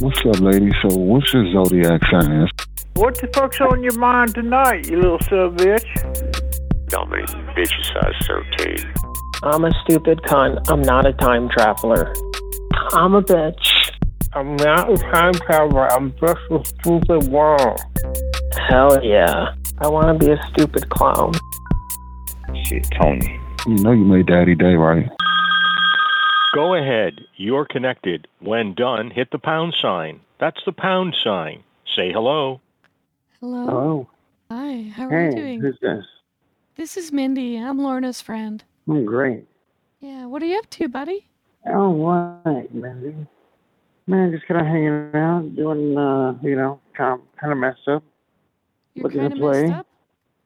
What's up, lady? So, what's your zodiac sign? What the fuck's on your mind tonight, you little sub bitch? How many bitches size 13? I'm a stupid cunt. I'm not a time traveler. I'm a bitch. I'm not a time traveler. I'm just a stupid worm. Hell yeah. I want to be a stupid clown. Shit, Tony. You know you made daddy day, right? Go ahead. You're connected. When done, hit the pound sign. That's the pound sign. Say hello. Hello. Hello. Hi. How are Hey, you doing? who's this? This is Mindy. I'm Lorna's friend. I'm great. Yeah. What are you up to, buddy? Oh, what, Mindy? Man, just kind of hanging out, doing, uh, you know, kind of, kind of messed up. You're Looking to kind of play. messed up.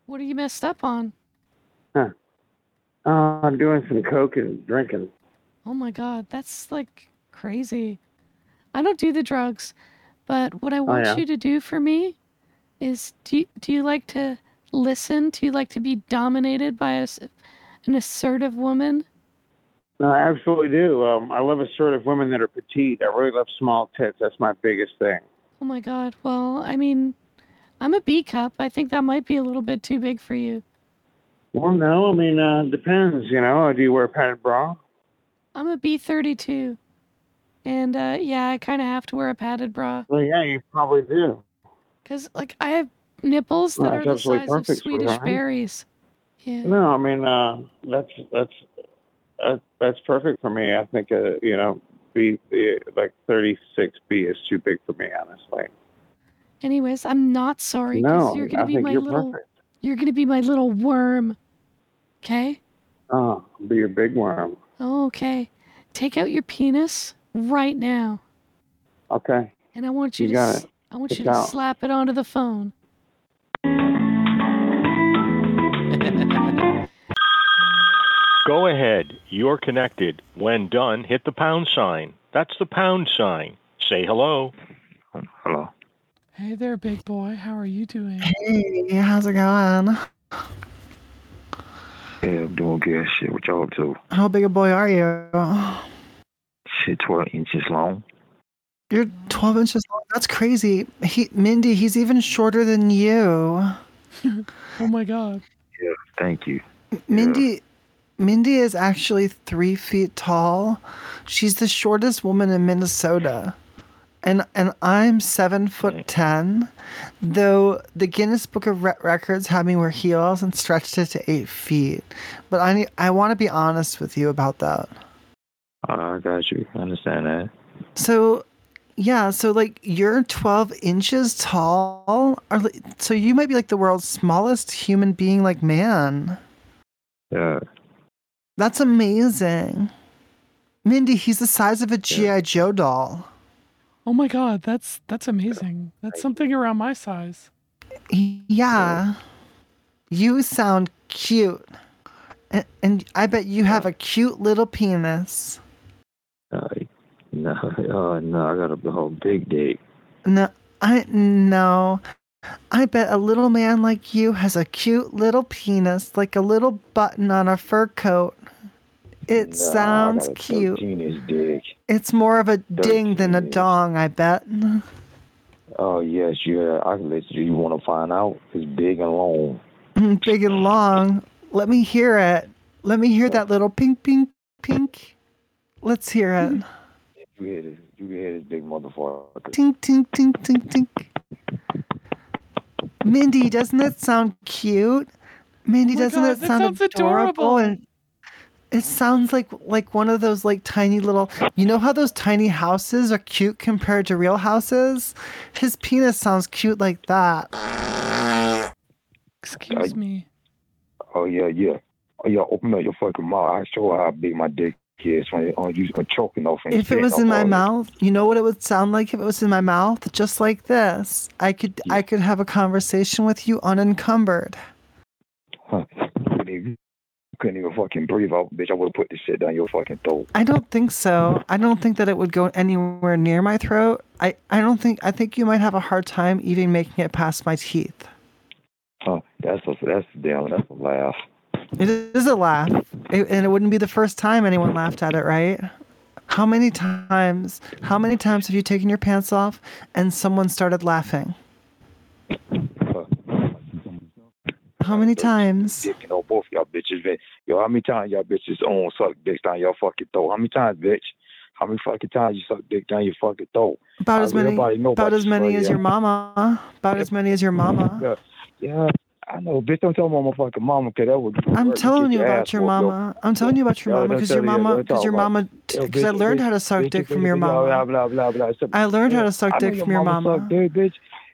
What are you messed up on? Uh, doing some coke and drinking. Oh my God. That's like crazy. I don't do the drugs, but what I want Oh, yeah. you to do for me is do you, do you like to listen? Do you like to be dominated by a s an assertive woman? No, I absolutely do. Um, I love assertive women that are petite. I really love small tits. That's my biggest thing. Oh my God. Well, I mean, I'm a B cup. I think that might be a little bit too big for you. Well, no, I mean, uh, depends, you know. Do you wear a padded bra? I'm a B32. And uh, yeah, I kind of have to wear a padded bra Well, yeah, you probably do. because, like, I have nipples that Well, are that's the absolutely size of perfect for Swedish that. berries. Yeah. No, I mean, uh, that's that's uh, that's perfect for me. I think, uh, you know, B, B like 36B is too big for me, honestly. Anyways, I'm not sorry because No, you're I gonna be think my you're little perfect. you're gonna be my little worm. Okay. Oh, be a big worm. Okay. Take out your penis right now, Okay. and I want you, You to got s- it. I want It's you to out. slap it onto the phone. Go ahead. You're connected. When done, hit the pound sign. That's the pound sign. Say hello. Hello. Hey there, big boy. How are you doing? Hey, how's it going? Yeah, I'm doing good. Shit, what y'all up to? How big a boy are you? Shit, 12 inches long. You're 12 inches long. That's crazy. He, Mindy, he's even shorter than you. Oh my god. Thank you. Mindy, Mindy is actually three feet tall. She's the shortest woman in Minnesota, and and I'm seven foot ten. Though the Guinness Book of Re- Records had me wear heels and stretched it to eight feet, but I need, I want to be honest with you about that. Uh, I got you. I understand that. So, yeah, so like you're 12 inches tall. Are, li- so you might be like the world's smallest human being, like man. Yeah. That's amazing. Mindy, he's the size of a G.I. Joe doll. Oh my god, that's that's amazing. That's something around my size. Y- Yeah. You sound cute. And, and I bet you have a cute little penis. Uh, no, uh, no, I got a whole big dick. No, I no. I bet a little man like you has a cute little penis, like a little button on a fur coat. It Nah, sounds I got a cute. 13 inch dick. It's more of a ding than a 13 is- dong, I bet. Oh, yes, yeah. I can let you. You want to find out? It's big and long. Big and long. Let me hear it. Let me hear that little pink, pink, pink. Let's hear it. You hear this? You hear this big motherfucker? Tink, tink, tink, tink, tink. Mindy, doesn't that sound cute? Oh Mindy, my doesn't God, that that sound sounds adorable? adorable. And it sounds like like one of those like tiny little. You know how those tiny houses are cute compared to real houses? His penis sounds cute like that. Excuse me. Oh yeah, yeah. Oh yeah. Open up your fucking mouth. I show how big my dick is when oh, you are choking off. and If it shit Oh, was up in my all this. mouth, you know what it would sound like if it was in my mouth, just like this. I could I could have a conversation with you unencumbered. Huh. Couldn't even, couldn't even fucking breathe out, bitch. I would have put this shit down your fucking throat. I don't think so. I don't think that it would go anywhere near my throat. I, I don't think I think you might have a hard time even making it past my teeth. Huh. That's a that's damn that's a laugh. It is a laugh. It- and it wouldn't be the first time anyone laughed at it, right? How many times? How many times have you taken your pants off and someone started laughing? How many times? dick, you know, both y'all bitches, man. Yo, how many times y'all bitches own suck dicks down your fucking throat? How many times, bitch? How many fucking times you suck dick down your fucking throat? About I as mean, many. everybody know About about as this many right as here. your mama. About as many as your mama. Yeah, yeah, I know, bitch. Don't tell my motherfucking mama, cause that would. I'm get telling you your about ass your whooped, yo. mama. I'm telling you about your No, mama don't because tell your me that. mama Don't because talk your about it. mama Yo, because I bitch, learned bitch, how to suck bitch, dick from bitch, your bitch, blah, mama. Blah, blah, blah, blah. So- I learned how Yeah, to suck I know dick from your mama. mama. Suck dick, bitch.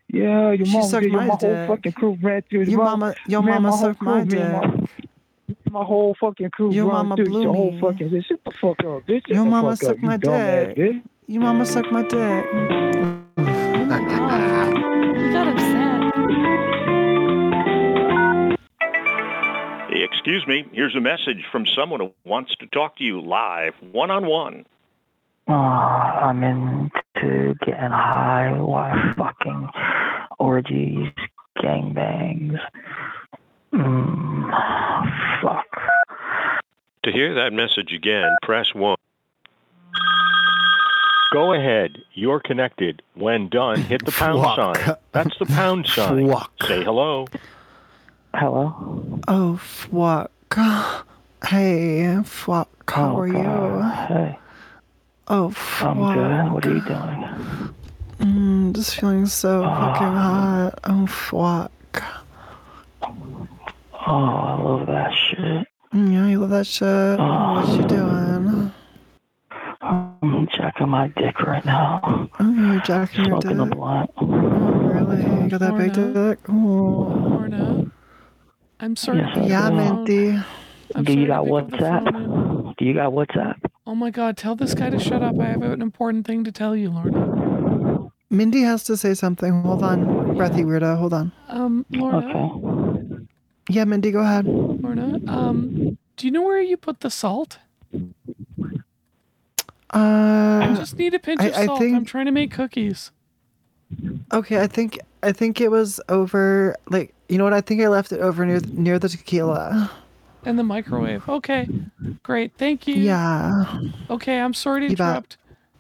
Yeah, your She mama. sucked did. Yo, my my dick. whole fucking crew ran through. Your my- mama, your mama man, my whole sucked my crew, man, dick. my- My whole fucking crew Your run mama through blew your whole me. fucking bitch. Shut the fuck up, bitch. Shut Your the mama fuck sucked up, my you dumbass dick. bitch. Your mama sucked my dick. Oh my god. He got upset. Excuse me, here's a message from someone who wants to talk to you live, one on one. Oh, I'm into getting high while fucking orgies, gangbangs. Mm, fuck. To hear that message again, press 1. Go ahead. You're connected. When done, hit the pound Fuck. sign. That's the pound sign. Say hello. Hello? Oh fuck. Hey fuck. How Oh, are God. you? Hey, I'm Oh good. fuck. What are you doing? Mm, just feeling Oh. so fucking hot. Oh fuck. Oh, I love that shit. Mm, Yeah, you love that shit. Oh. What you doing? I'm checking my dick right now. Oh, you're jacking your dick. Smoking a blunt. Really? You got that big dick? Ooh. Lorna, I'm sorry. Yes, to pick Yeah, up the phone. Minty. I'm Do sorry you to got pick up the phone. WhatsApp? Do you got WhatsApp? Oh my god, tell this guy to shut up. I have an important thing to tell you, Lorna. Mindy has to say something. Hold on, breathy weirdo. Hold on. Um, Lorna, Okay. Yeah, Mindy, go ahead. Lorna, um, do you know where you put the salt? I Uh, just need a pinch I- of I salt. think- I'm trying to make cookies. okay. I think I think it was over. Like, you know what? I think I left it over near near the tequila. And the microwave. Okay. Great. Thank you. Yeah. Okay, I'm sorry to You bet. interrupt.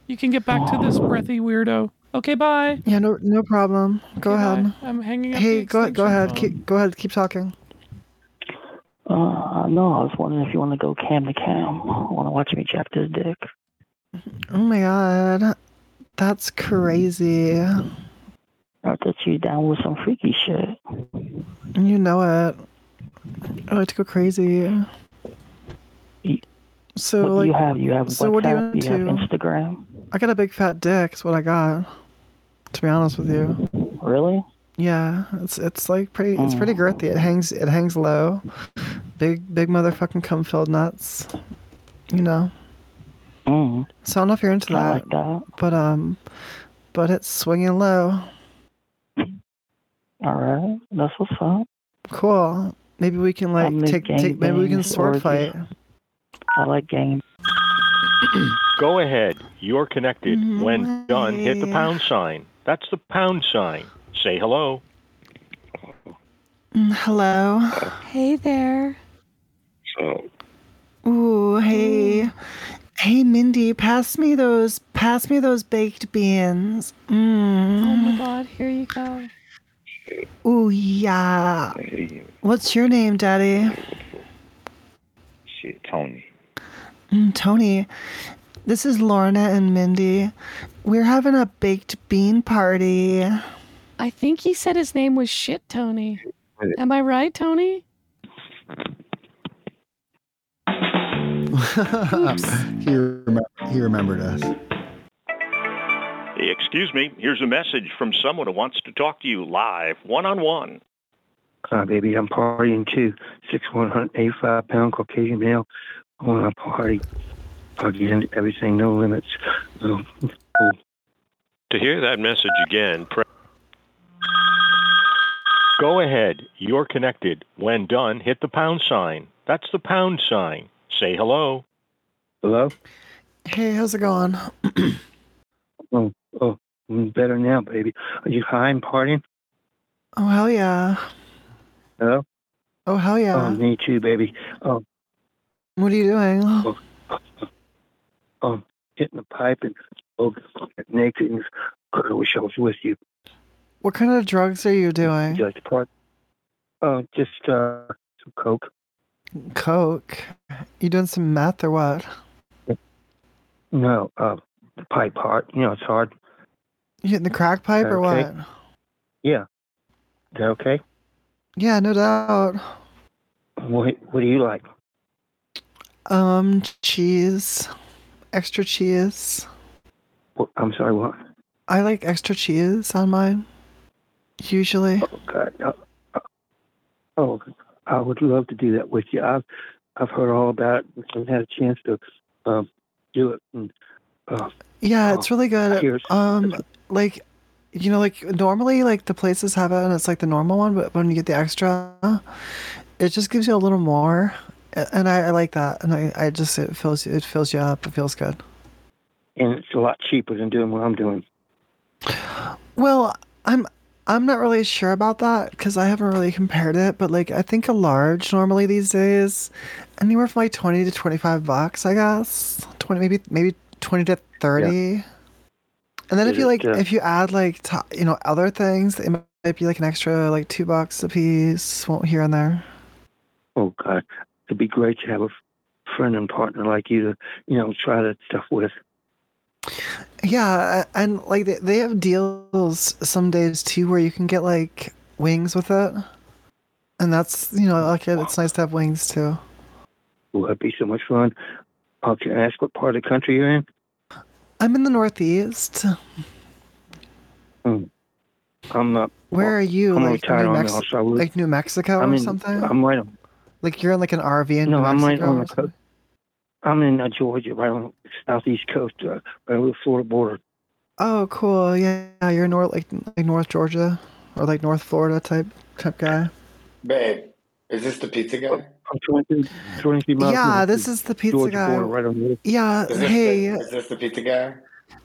You can get back to this breathy weirdo. Okay, bye. Yeah. No. No problem. Go Okay, ahead. bye. I'm hanging up. Hey, the go go extension ahead. phone. Keep, go ahead. Keep talking. Uh, no, I was wondering if you want to go cam to cam. Want to watch me jack this dick? Oh my god, that's crazy. I'll get you down with some freaky shit. You know it. I like to go crazy. Y- So what do you like, have? You have so WhatsApp. what are you you have into? Instagram. I got a big fat dick. Is what I got. To be honest with you. Really? Yeah, it's it's like pretty it's pretty Mm. girthy. It hangs it hangs low. Big big motherfucking cum filled nuts. You know. Mm, So I don't know if you're into I that, like that. but um, but it's swinging low. All right, that's what's up. Cool. Maybe we can like Family take take maybe we can gangbangs, sword orgies. fight. I like game. Go ahead. You're connected. Mm-hmm. When done, hit the pound sign. That's the pound sign. Say hello. Mm, Hello. Hey there. So, Ooh, hey. Hey Mindy, pass me those pass me those baked beans. Oh my Mm. god, here you go. Ooh yeah. hey, What's your name, Daddy? shit, Tony. Mm, Tony, this is Lorna and Mindy. We're having a baked bean party. I think he said his name was Shit Tony. Am I right, Tony? he, remem- he remembered us. Excuse me, here's a message from someone who wants to talk to you live, one on one. Uh, baby, I'm partying too. Six one hundred eighty five pound Caucasian male. I want to party. Again, everything, no limits. Oh, No. To hear that message again, press. Go ahead. You're connected. When done, hit the pound sign. That's the pound sign. Say hello. Hello? Hey, how's it going? Oh, oh, mm, better now, baby. Are you high and partying? Oh hell yeah. Hello? Oh hell yeah. Oh, Um, me too, baby. Oh, what are you doing? oh, hitting the pipe and oh, naked. And, God, I wish I was with you. What kind of drugs are you doing? You like to part? Uh, just uh, some coke. Coke. You doing some meth or what? No, uh, pipe hard. You know, it's hard. You hitting the crack pipe or Okay. what? Yeah. Is that okay? Yeah, no doubt. What What do you like? Um, cheese, extra cheese. What, I'm sorry. What? I like extra cheese on mine. Usually. God. uh, uh, Oh, I would love to do that with you. I've I've heard all about it. and haven't had a chance to um, do it. And, uh, Yeah, it's really good. Cheers. Um, like, you know, like normally, like the places have it, and it's like the normal one, but when you get the extra, it just gives you a little more, A- and I, I like that, and I, I just it fills it fills you up. It feels good. and it's a lot cheaper than doing what I'm doing. Well, I'm I'm not really sure about that because I haven't really compared it, but like I think a large normally these days, anywhere from like twenty to twenty five bucks, I guess twenty maybe maybe twenty to thirty. And then if Is you it, like uh, if you add like to, you know other things, it might be like an extra like two bucks a piece well, here and there. Oh God, it'd be great to have a f- friend and partner like you to you know try that stuff with. Yeah, a- and like they they have deals some days too where you can get like wings with it, and that's you know like it, it's nice to have wings too. Ooh, that'd be so much fun. Uh, can I ask what part of the country you're in? I'm in the Northeast. I'm not. Where are you? I'm like, retired New on the Mex- outside loop. like New Mexico I'm or in, something? I'm right. On, like you're in like an RV in no, New I'm right Mexico? on or the coast. I'm in uh, Georgia, right on the southeast coast, uh, right over the Florida border. Oh, cool. Yeah, yeah, you're north like like North Georgia or like North Florida type type guy. Babe, is this the pizza guy? I'm 23, 23 miles Yeah, north this of is the pizza Georgia guy. Border, right on the Yeah. Is this hey, the, is this the pizza guy?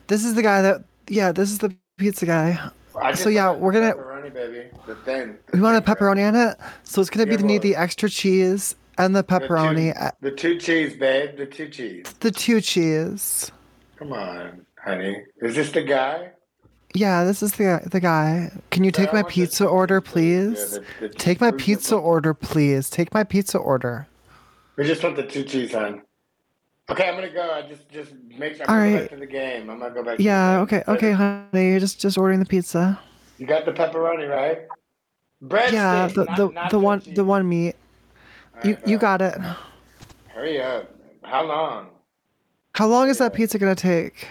this is the guy that. Yeah, this is the pizza guy. I just So yeah, ordered we're gonna. pepperoni, baby. The thing, We want a pepperoni on it, so it's gonna be Yeah, the need well- the extra cheese and the pepperoni, uh, the two cheese, babe. The two cheese. the two cheese. Come on, honey. Is this the guy? Yeah, this is the the guy. Can you take my pizza order, please? the- the Take my cheeseburger. pizza order, please. Take my pizza order. We just want the two cheese on. Okay, I'm gonna go. I just just make. I'm All gonna go right. back to the game. I'm gonna go back. Yeah, To okay, the game. okay, honey. You're just just ordering the pizza. You got the pepperoni right. Breadsticks. Yeah, the not- the, not the one the one meat. You you got it. Hurry up. How long? How long is that pizza gonna take?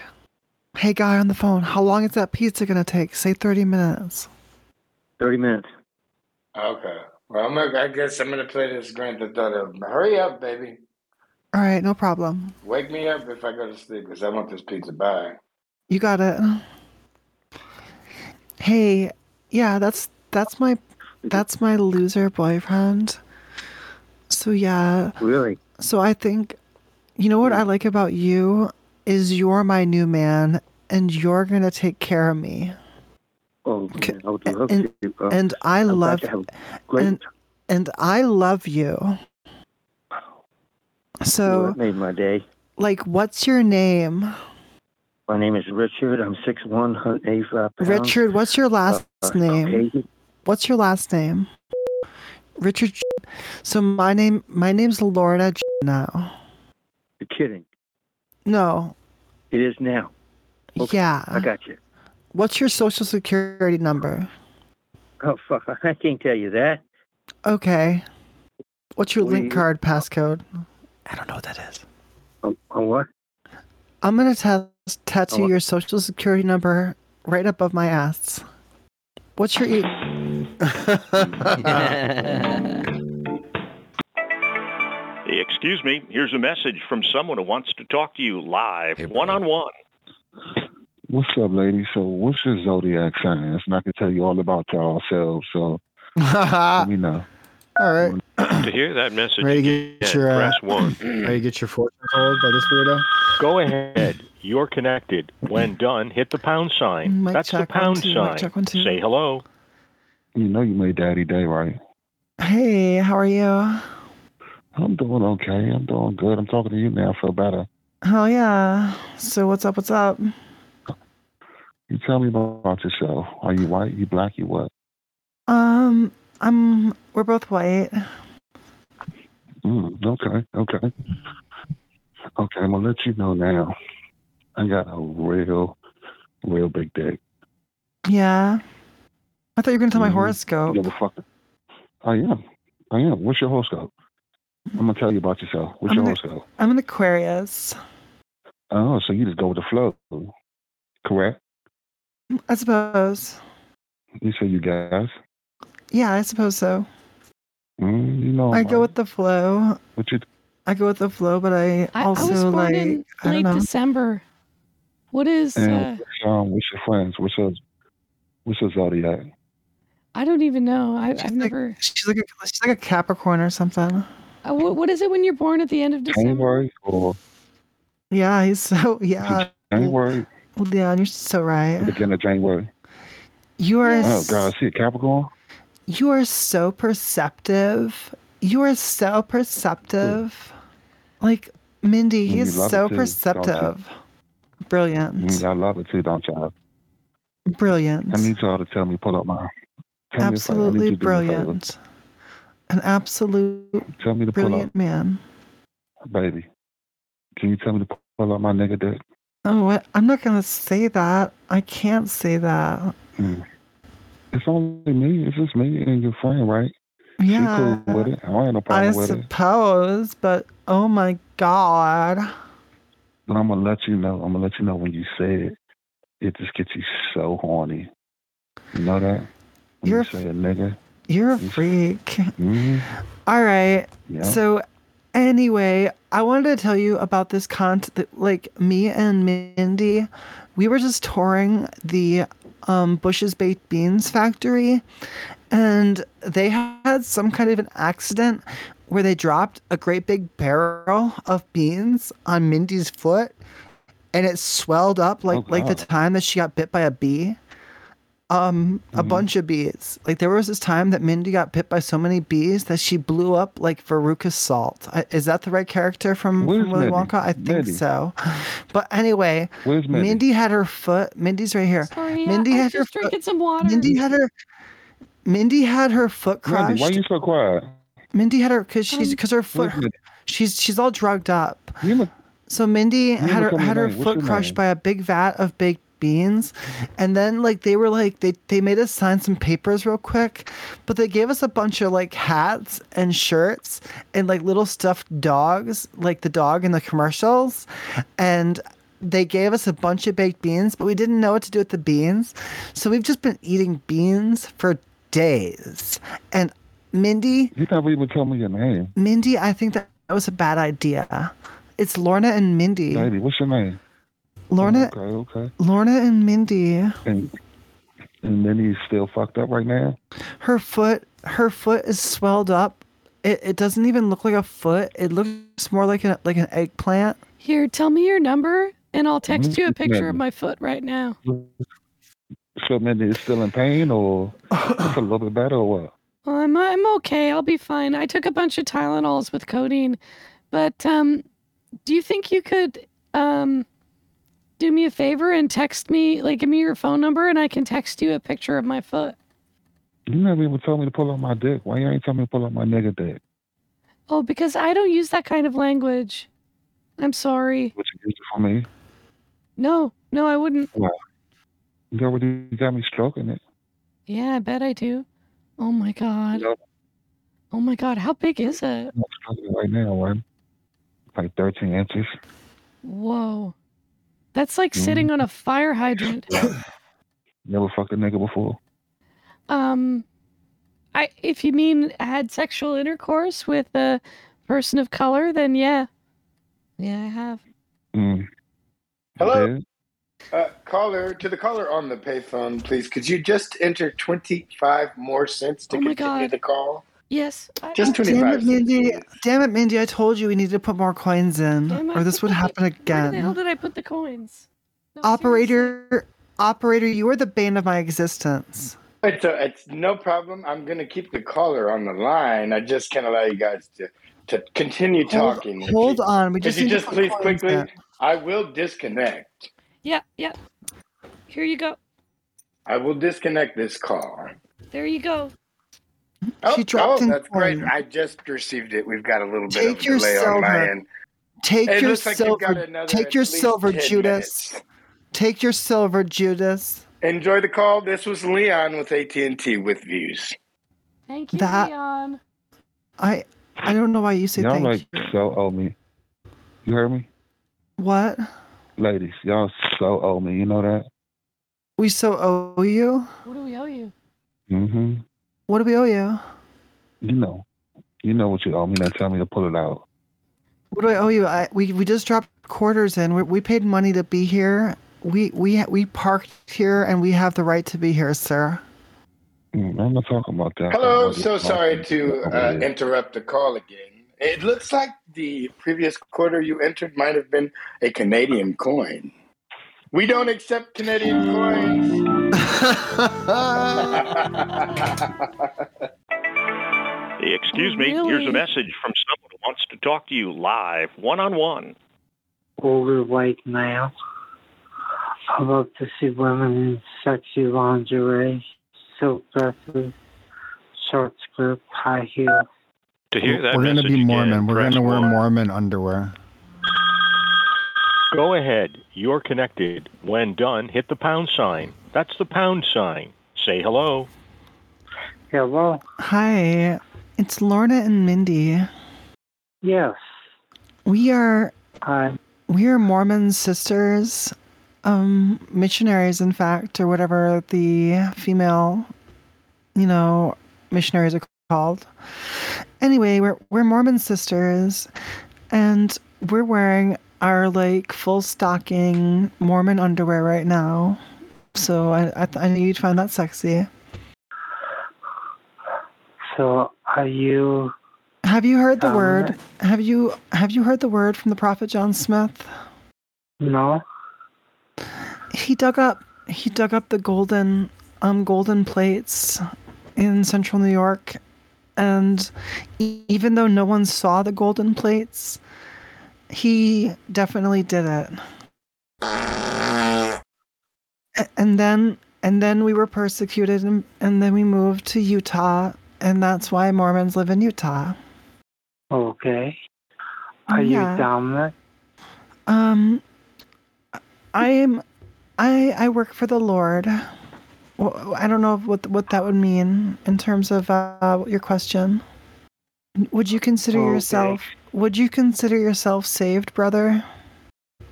Hey guy on the phone, how long is that pizza gonna take? Say thirty minutes. 30 minutes. Okay. Well, I'm gonna, I guess I'm gonna play this Grand Theft Auto. Hurry up, baby. All right, no problem. Wake me up if I go to sleep because I want this pizza. Bye. You got it. Hey, yeah, that's that's my that's my loser boyfriend. So yeah. Really? So I think you know what I like about you is you're my new man and you're going to take care of me. Oh, man, I would love and- to. Uh, and I I'd like love- to have a great. And and I love you. Well, So that made my day. like what's your name? My name is Richard. I'm 6'1", 185 pounds. Richard, what's your last uh, name? Caucasian. What's your last name? Richard. So my name my name's Lorna now. You're kidding. No. It is now. Yeah. I got you. What's your social security number? Oh, fuck. I can't tell you that. Okay. What's your We- link card passcode? I don't know what that is. Oh, oh, what? I'm gonna t- tattoo Oh. your social security number right above my ass. What's your e- Excuse me, here's a message from someone who wants to talk to you live, one on one. What's up, lady? So, what's your zodiac sign? And I can tell you all about ourselves. So, let me know. All right. To hear that message, Ready to get again, your uh, press one. Ready to get your fortune told by this weirdo? Go ahead. You're connected. When done, hit the pound sign. Mic That's the check, one, pound two, mic sign. check, one, two. Say hello. You know, you made daddy day, right? Hey, how are you? I'm doing okay. I'm doing good. I'm talking to you now. I feel better. Oh yeah. So what's up? What's up? You tell me about yourself. Are you white? You black? You what? Um, I'm. We're both white. Mm, okay, okay. Okay, I'm going to let you know now. I got a real, real big dick. Yeah. I thought you were gonna tell my Mhm. horoscope. You have a fucking- I am. I am. What's your horoscope? I'm going to tell you about yourself. What's your I'm an- horoscope? I'm an Aquarius. Oh, so you just go with the flow, correct? I suppose. You say you guys. Yeah, I suppose so. Mm, you know, I go with the flow. what you I go with the flow, but I, I, also I was born like in I don't late know. December. What is? Uh, And what's, um, what's your friends? What's your what's your zodiac? I don't even know. I, I've never. She's like a, she's like a Capricorn or something. Uh, what, what is it when you're born at the end of December? January or Yeah, he's so yeah. January? Well, yeah, you're so right. Beginning of January. You are Oh s- God, see a Capricorn. you are so perceptive. You are so perceptive. Like Mindy, Mm, he you is love it so too, don't you? perceptive. Brilliant. Mm, I love it too, don't y'all? Brilliant. I need y'all to tell me pull up my. tell me if I- I need Absolutely you to do me a favor. brilliant. An absolute Tell me to pull brilliant up, man. baby. Can you tell me to pull up my nigga dick? Oh, what? I'm not gonna say that. I can't say that. Mm. It's only me. It's just me and your friend, right? Yeah. She cool with it. I don't have no problem I with it. suppose, but oh my god. But I'm gonna let you know. I'm gonna let you know when you say it. It just gets you so horny. You know that? When You're you say a nigga. You're a freak. Mm, All right. Yeah. So anyway, I wanted to tell you about this content. Like me and Mindy, we were just touring the um, Bush's Baked Beans factory, and they had some kind of an accident where they dropped a great big barrel of beans on Mindy's foot, and it swelled up like like the God. time that she got bit by a bee um a bunch of bees. Like there was this time that Mindy got bit by so many bees that she blew up like Veruca Salt. I, is that the right character from, Where's from Willy Mindy? Wonka? I think Mindy. so. But anyway, Where's Mindy? had her foot. Mindy's right here. Mindy had her foot. some water. Mindy had her. Mindy had her foot Mandy, crushed. why you so quiet? Mindy had her because she's because her foot. Mindy? She's she's all drugged up. You so Mindy you had look her at my had her name. What's foot your crushed name? by a big vat of baked beans, and then like they were like they they made us sign some papers real quick, but they gave us a bunch of like hats and shirts and like little stuffed dogs like the dog in the commercials, and. They gave us a bunch of baked beans, but we didn't know what to do with the beans. So we've just been eating beans for days. And Mindy You never even told me your name. Mindy, I think that that was a bad idea. It's Lorna and Mindy. Baby, what's your name? Lorna, Okay, okay. Lorna and Mindy. And and Mindy's still fucked up right now. Her foot, her foot is swelled up. It, it doesn't even look like a foot. It looks more like an like an eggplant. Here, tell me your number, and I'll text you a Mhm. picture of my foot right now. So Mindy is still in pain, or it's a little bit better, or what? I'm I'm okay. I'll be fine. I took a bunch of Tylenols with codeine, but um, do you think you could um, do me a favor and text me, like, give me your phone number, and I can text you a picture of my foot? You never even told me to pull up my dick. Why you ain't tell me to pull up my nigga dick? Oh, because I don't use that kind of language. I'm sorry. What you used it for me? No, no, I wouldn't. Well, you already got me stroking it. Yeah, I bet I do. Oh my god. Yep. Oh my god, how big is it? I'm stroking it right now, right? Like 13 inches. Whoa. That's like Mhm. sitting on a fire hydrant. Never fucked a nigga before. um I if you mean I had sexual intercourse with a person of color, then yeah. Yeah, I have. Mm. Hello? Dead? Uh, caller, to the caller on the payphone, please. Could you just enter 25 more cents to Oh my continue God. the call? Yes. I- Just Damn it, 25 cents. Mindy! Damn it, Mindy! I told you we needed to put more coins in, Damn it, or this would happen Where the hell again. did I put the coins? Operator, operator, you are the bane of my existence. It's, a, it's no problem. I'm going to keep the caller on the line. I just can't allow you guys to, to continue Hold- talking. hold on, we Could just you need to just put please coins quickly in. I will disconnect. Yeah, yeah. Here you go. I will disconnect this call. There you go. Oh, She dropped oh, an that's great. coin. I just received it. We've got a little bit Take of your delay on my silver. end. Take It your looks like you've got silver. another Take at your least silver, 10 Judas. Take your silver, Judas. Enjoy the call. This was Leon with AT&T with views. Thank you, that, Leon. I I don't know why you say Y'all thank. like so owe me. You heard me, what? ladies. Y'all so owe me. You know that. We so owe you. What do we owe you? hmm What do we owe you? You know. You know what you owe me. Now tell me to pull it out. What do I owe you? I, we we just dropped quarters in. We, we paid money to be here. We we we parked here and we have the right to be here, sir. Mm, I'm not talking about Uh, that. Hello, I'm just so talking sorry to about uh, it. interrupt the call again. It looks like the previous quarter you entered might have been a Canadian coin. We don't accept Canadian coins. Excuse me, here's a message from someone who wants to talk to you live, one-on-one. older white male. I love to see women in sexy lingerie, silk dresses, short skirts, high heels. To hear that We're going to message be Mormon. again, We're going press to wear one. Mormon underwear. Go ahead. You're connected. When done, hit the pound sign. That's the pound sign. Say hello. Hello? Hi, it's Lorna and Mindy. Yes. We are Hi. we are Mormon sisters, um, missionaries, in fact, or whatever the female, you know, missionaries are called. Anyway, we're we're Mormon sisters, and we're wearing our like full stocking Mormon underwear right now. So I I, th- I knew you'd find that sexy. So are you Have you heard the Um, word? Have you have you heard the word from the prophet John Smith? no? He dug up he dug up the golden um golden plates in central New York and e- even though no one saw the golden plates, he definitely did it. A- And then and then we were persecuted and, and then we moved to Utah and that's why Mormons live in Utah. Okay. Are Yeah. you dominant? Um, I am. I I work for the Lord. Well, I don't know what what that would mean in terms of uh, your question. Would you consider Okay. yourself? Would you consider yourself saved, brother?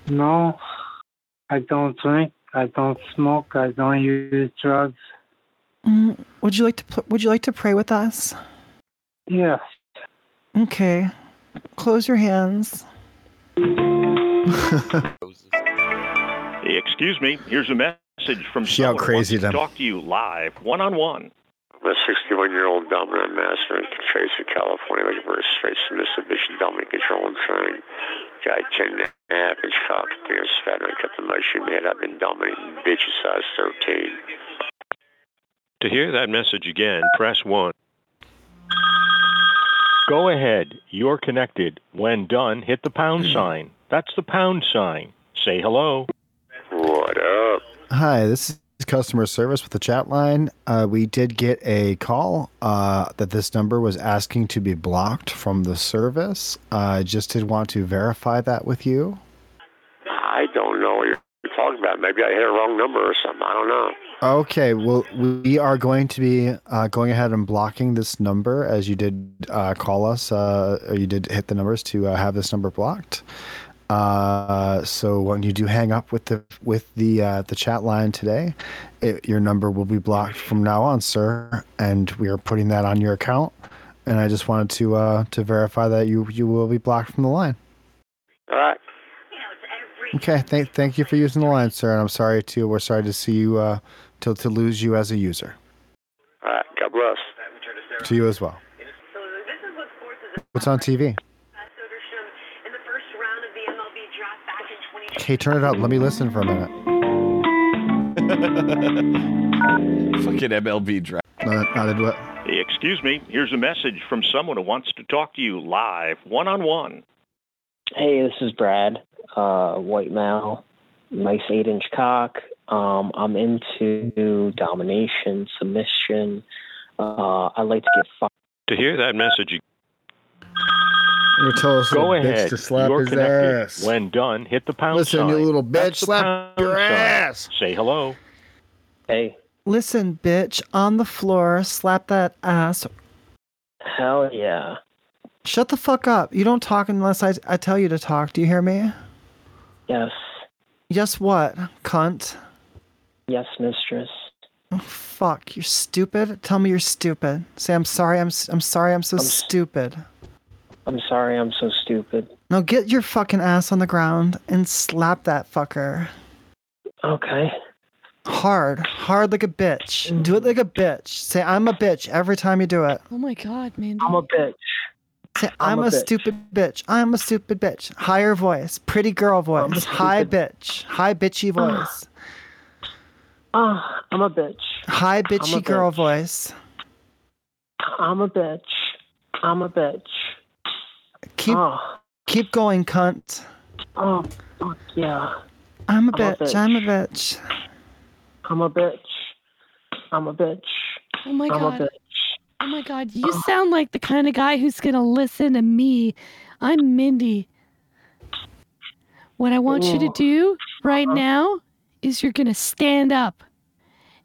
No. I don't drink. I don't smoke. I don't use drugs. Mm, Would you like to? pl- Would you like to pray with us? Yes. Okay. Close your hands. Excuse me, here's a message from See how someone crazy who wants them- to talk to you live, one-on-one. I'm a 61-year-old dominant master in Tracy, California, looking for a straight Mitsubishi dominant control and train. Guy 10 and a half inch cock, beer fat, and I kept the mushroom head up and dominant bitch size 13. To hear that message again, press 1. Go ahead. You're connected. When done, hit the Mm-hmm. pound sign. That's the pound sign. Say hello. What up? Hi, this is customer service with the chat line. Uh, we did get a call uh, that this number was asking to be blocked from the service. Uh, I just did want to verify that with you. I don't know what you're talking about. Maybe I hit a wrong number or something. I don't know. Okay, well, we are going to be uh, going ahead and blocking this number as you did uh, call us, uh, or you did hit the numbers to uh, have this number blocked. Uh, so when you do hang up with the with the uh, the chat line today, it, your number will be blocked from now on, sir. And we are putting that on your account. And I just wanted to uh, to verify that you you will be blocked from the line. All right. Okay, thank thank you for using the line, sir. And I'm sorry to we're sorry to see you uh, to to lose you as a user. All right. God bless. To you as well. What's on TV? Okay, turn it up. Let me listen for a minute. Fucking MLB draft. Not, not a dwe- Excuse me. Here's a message from someone who wants to talk to you live, one-on-one. Hey, this is Brad. uh, white male, nice eight inch cock. Um, I'm into domination, submission. Uh, I like to get fucked. To hear that message, you You're telling us go little bitch ahead. to slap You're his connected. ass. When done, hit the pound Listen, sign. you little bitch, That's the slap your pound sign. ass. Say hello. Hey. Listen, bitch, on the floor, slap that ass. Hell yeah. Shut the fuck up. You don't talk unless I, I tell you to talk. Do you hear me? Yes. Yes, what? Cunt. Yes, mistress. Oh, fuck, you're stupid. Tell me you're stupid. Say I'm sorry. I'm s- I'm sorry. I'm so stupid. I'm sorry I'm so stupid. Now get your fucking ass on the ground and slap that fucker. Okay. Hard, hard like a bitch. Do it like a bitch. Say I'm a bitch every time you do it. Oh my god, man. I'm a bitch. Say I'm, I'm a, a bitch. stupid bitch. I'm a stupid bitch. Higher voice, pretty girl voice, high bitch, high bitchy voice, Ah, I'm a bitch. high a bitchy girl bitch. voice. I'm a bitch. I'm a bitch. Keep Oh. keep going, cunt. Oh, fuck yeah. I'm a I'm a bitch. bitch. I'm a bitch. I'm a bitch. I'm a bitch. Oh my I'm god. A bitch. Oh my god, you sound like the kind of guy who's gonna listen to me. I'm Mindy. What I want you to Ooh. Uh-huh. do right now is you're gonna stand up.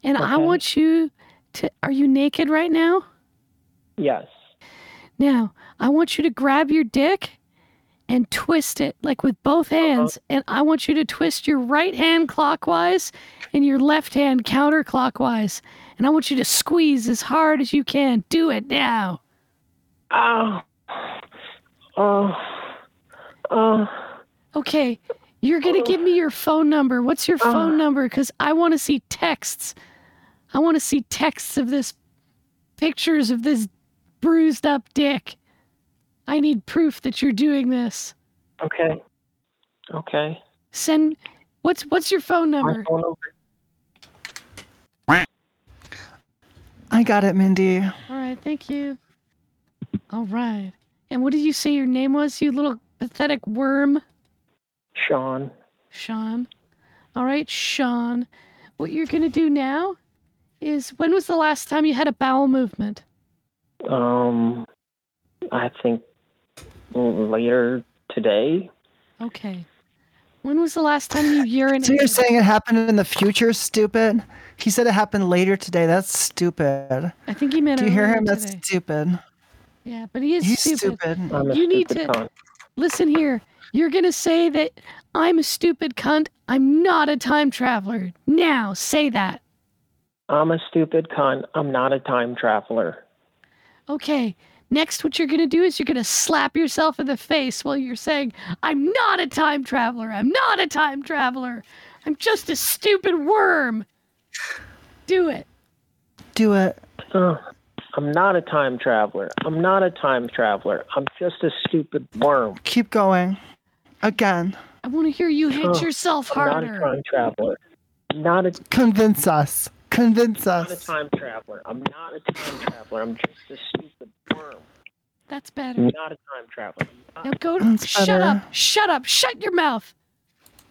And I Okay. want you to are you naked right now? Yes. Now, I want you to grab your dick and twist it like with both Uh-huh. hands. And I want you to twist your right hand clockwise and your left hand counterclockwise. And I want you to squeeze as hard as you can. Do it now. Oh. Oh. Oh. Okay. You're going to give me your phone number. What's your Oh. phone number? Because I want to see texts. I want to see texts of this, pictures of this bruised up dick. I need proof that you're doing this. Okay. Okay. Send what's what's your phone number? I got it, Mindy. All right, thank you. All right. And what did you say your name was, you little pathetic worm? Sean. Sean. All right, Sean. What you're going to do now is when was the last time you had a bowel movement? Um, I think later today. Okay. When was the last time you So you're urinated? saying it happened in the future, stupid? He said it happened later today. That's stupid. I think he meant Do you hear earlier him? That's today. stupid. Yeah, but he is He's stupid. stupid. I'm a You need stupid to cunt. listen here. You're gonna say that I'm a stupid cunt. I'm not a time traveler. Now say that. I'm a stupid cunt. I'm not a time traveler. Okay. Next, what you're going to do is you're going to slap yourself in the face while you're saying, I'm not a time traveler. I'm not a time traveler. I'm just a stupid worm. Do it. Do it. Ugh. I'm not a time traveler. I'm not a time traveler. I'm just a stupid worm. Keep going. Again. I want to hear you hit Ugh. yourself I'm harder. Oh, Not a time traveler. I'm Not a, Convince us. Convince not a us. time traveler. I'm not a time traveler. I'm just a stupid worm. That's better. I'm not a time traveler. Now go to. That's shut better. up. Shut up. Shut your mouth.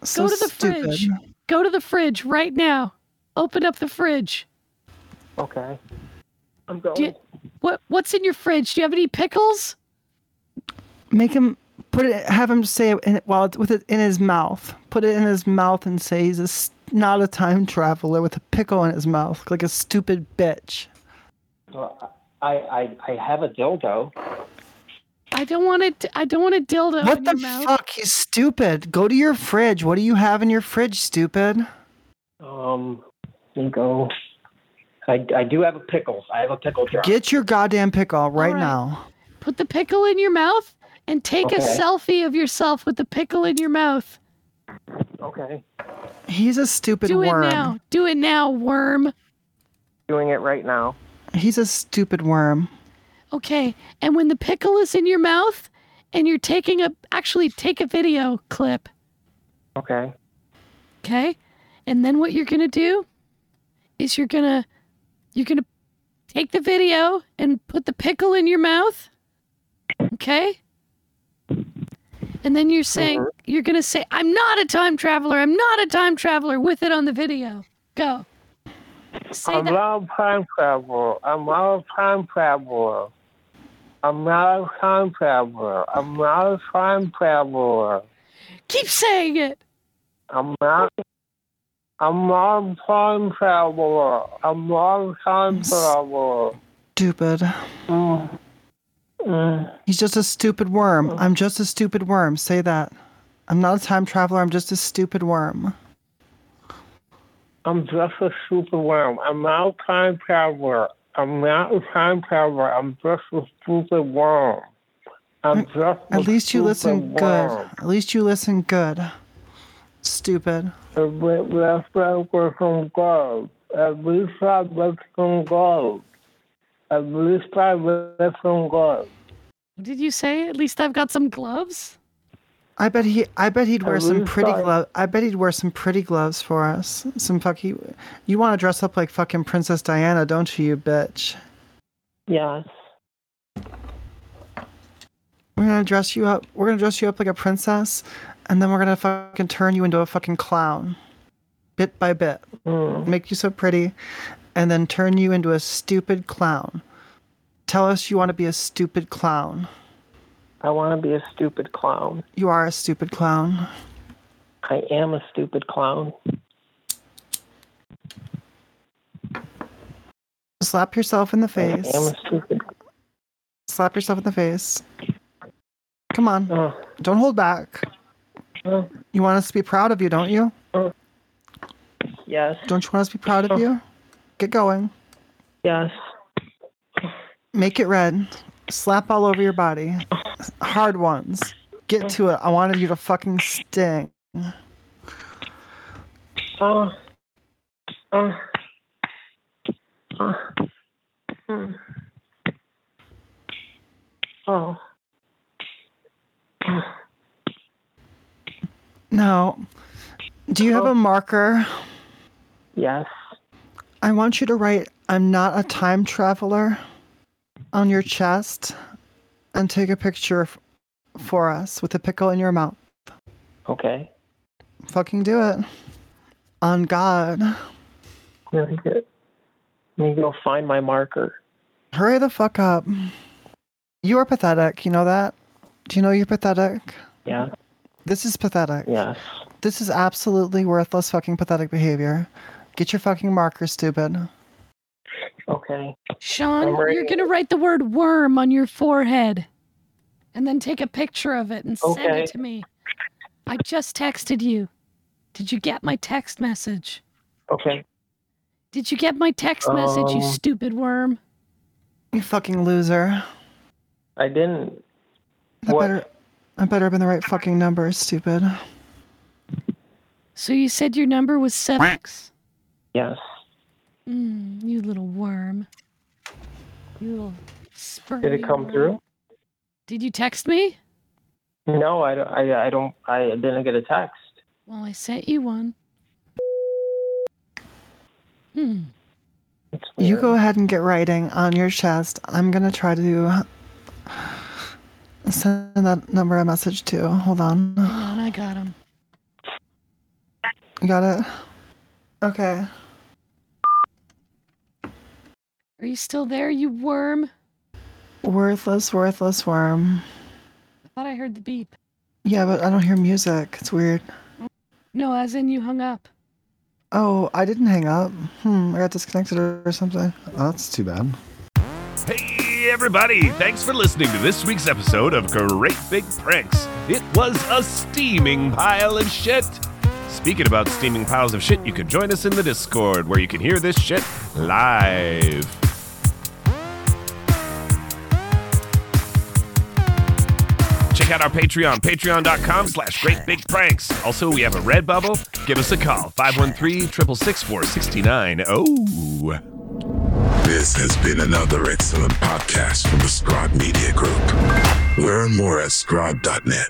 So go to the stupid. fridge. Go to the fridge right now. Open up the fridge. Okay. I'm going. Do you, what What's in your fridge? Do you have any pickles? Make him put it. Have him say it in, while it's with it in his mouth. Put it in his mouth and say he's a s not a time traveler with a pickle in his mouth, like a stupid bitch. Well, I, I, I have a dildo. I don't want to. I don't want a dildo What in the your mouth. fuck? He's stupid. Go to your fridge. What do you have in your fridge, stupid? Um, let me go. I, I do have a pickles. I have a pickle jar. Get your goddamn pickle right, right. now. put the pickle in your mouth and take a Okay. selfie of yourself with the pickle in your mouth. okay. He's a stupid Do worm. it now. Do it now, worm. Doing it right now. He's a stupid worm. Okay. And when the pickle is in your mouth and you're taking a actually take a video clip, Okay. okay? And then what you're going to do is you're going to you're going to take the video and put the pickle in your mouth. Okay? And then you're saying you're gonna say, "I'm not a time traveler. I'm not a time traveler." With it on the video, go. I'm not a time traveler. I'm not a time traveler. I'm not a time traveler. I'm not a time traveler. Keep saying it. I'm not. I'm not a time traveler. I'm not a time traveler. Stupid. He's just a stupid worm. I'm just a stupid worm. Say that. I'm not a time traveler. I'm just a stupid worm. I'm just a super worm. I'm not a time traveler. I'm not a time traveler. I'm just a stupid worm. I'm just a At least you stupid listen good. worm. At least you listen good. Stupid. And that- That's like with some gold. At least I let some gold. At least I let some gold. Did you say? At least I've got some gloves. I bet he. I bet he'd I wear some really pretty thought- gloves. I bet he'd wear some pretty gloves for us. Some fucking. You want to dress up like fucking Princess Diana, don't you, you bitch? Yes. We're gonna dress you up. We're gonna dress you up like a princess, and then we're gonna fucking turn you into a fucking clown, bit by bit. Make you so pretty, and then turn you into a stupid clown. Tell us you want to be a stupid clown. I want to be a stupid clown. You are a stupid clown. I am a stupid clown. Slap yourself in the face. I am a stupid. Slap yourself in the face. Come on. Oh. Don't hold back. You want us to be proud of you, don't you? Yes. Don't you want us to be proud of you? Get going. Oh. Yes. Make it red. Slap all over your body. Hard ones. Get to it. I wanted you to fucking sting. Oh. Oh. Oh. Hmm. Oh. No. Do you have a marker? Oh. Yes. I want you to write, I'm not a time traveler on your chest and take a picture f- for us with a pickle in your mouth. Okay. Fucking do it. On God. Very good. Let me go uh, find my marker. Hurry the fuck up. You are pathetic. You know that? Do you know you're pathetic? Yeah. This is pathetic. Yes. This is absolutely worthless fucking pathetic behavior. Get your fucking marker, stupid. Okay. Sean, I'm ready. you're gonna write the word "worm" on your forehead, and then take a picture of it and send Okay. it to me. I just texted you. Did you get my text message? Okay. Did you get my text message, you Um, stupid worm? You fucking loser. I didn't. That better I better have been the right fucking number, stupid. So you said your number was sex. Yes. Mm, you little worm. You little sperm. Did it come through? Did you text me? No, I don't. I, I don't. I didn't get a text. Well, I sent you one. Hmm. You go ahead and get writing on your chest. I'm gonna try to send that number a message too. Hold on. Hang on, I got him. You got it? Okay. Are you still there, you worm? Worthless, worthless worm. I thought I heard the beep. Yeah, but I don't hear music. It's weird. No, as in you hung up. Oh, I didn't hang up. Hmm, I got disconnected or or something. Oh, that's too bad. Hey, everybody! Thanks for listening to this week's episode of Great Big Pranks. It was a steaming pile of shit. Speaking about steaming piles of shit, you can join us in the Discord where you can hear this shit live. Check out our Patreon, patreon.com slash great big pranks. Also, we have a red bubble. Give us a call, 513 666 oh. 4690. This has been another excellent podcast from the Scribe Media Group. Learn more at scribe.net.